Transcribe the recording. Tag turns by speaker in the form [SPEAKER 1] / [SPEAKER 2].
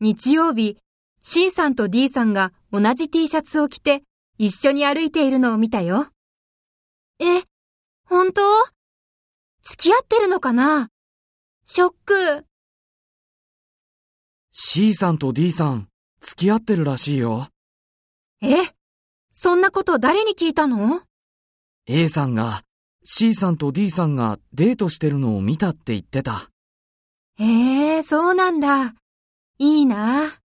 [SPEAKER 1] 日曜日、C さんと D さんが同じ T シャツを着て一緒に歩いているのを見たよ。え、本当付き合ってるのかなショック。
[SPEAKER 2] C さんと D さん、付き合ってるらしいよ。
[SPEAKER 1] え、そんなこと誰に聞いたの
[SPEAKER 2] A さんが C さんと D さんがデートしてるのを見たって言ってた。
[SPEAKER 1] へえ、そうなんだ。いいなあ。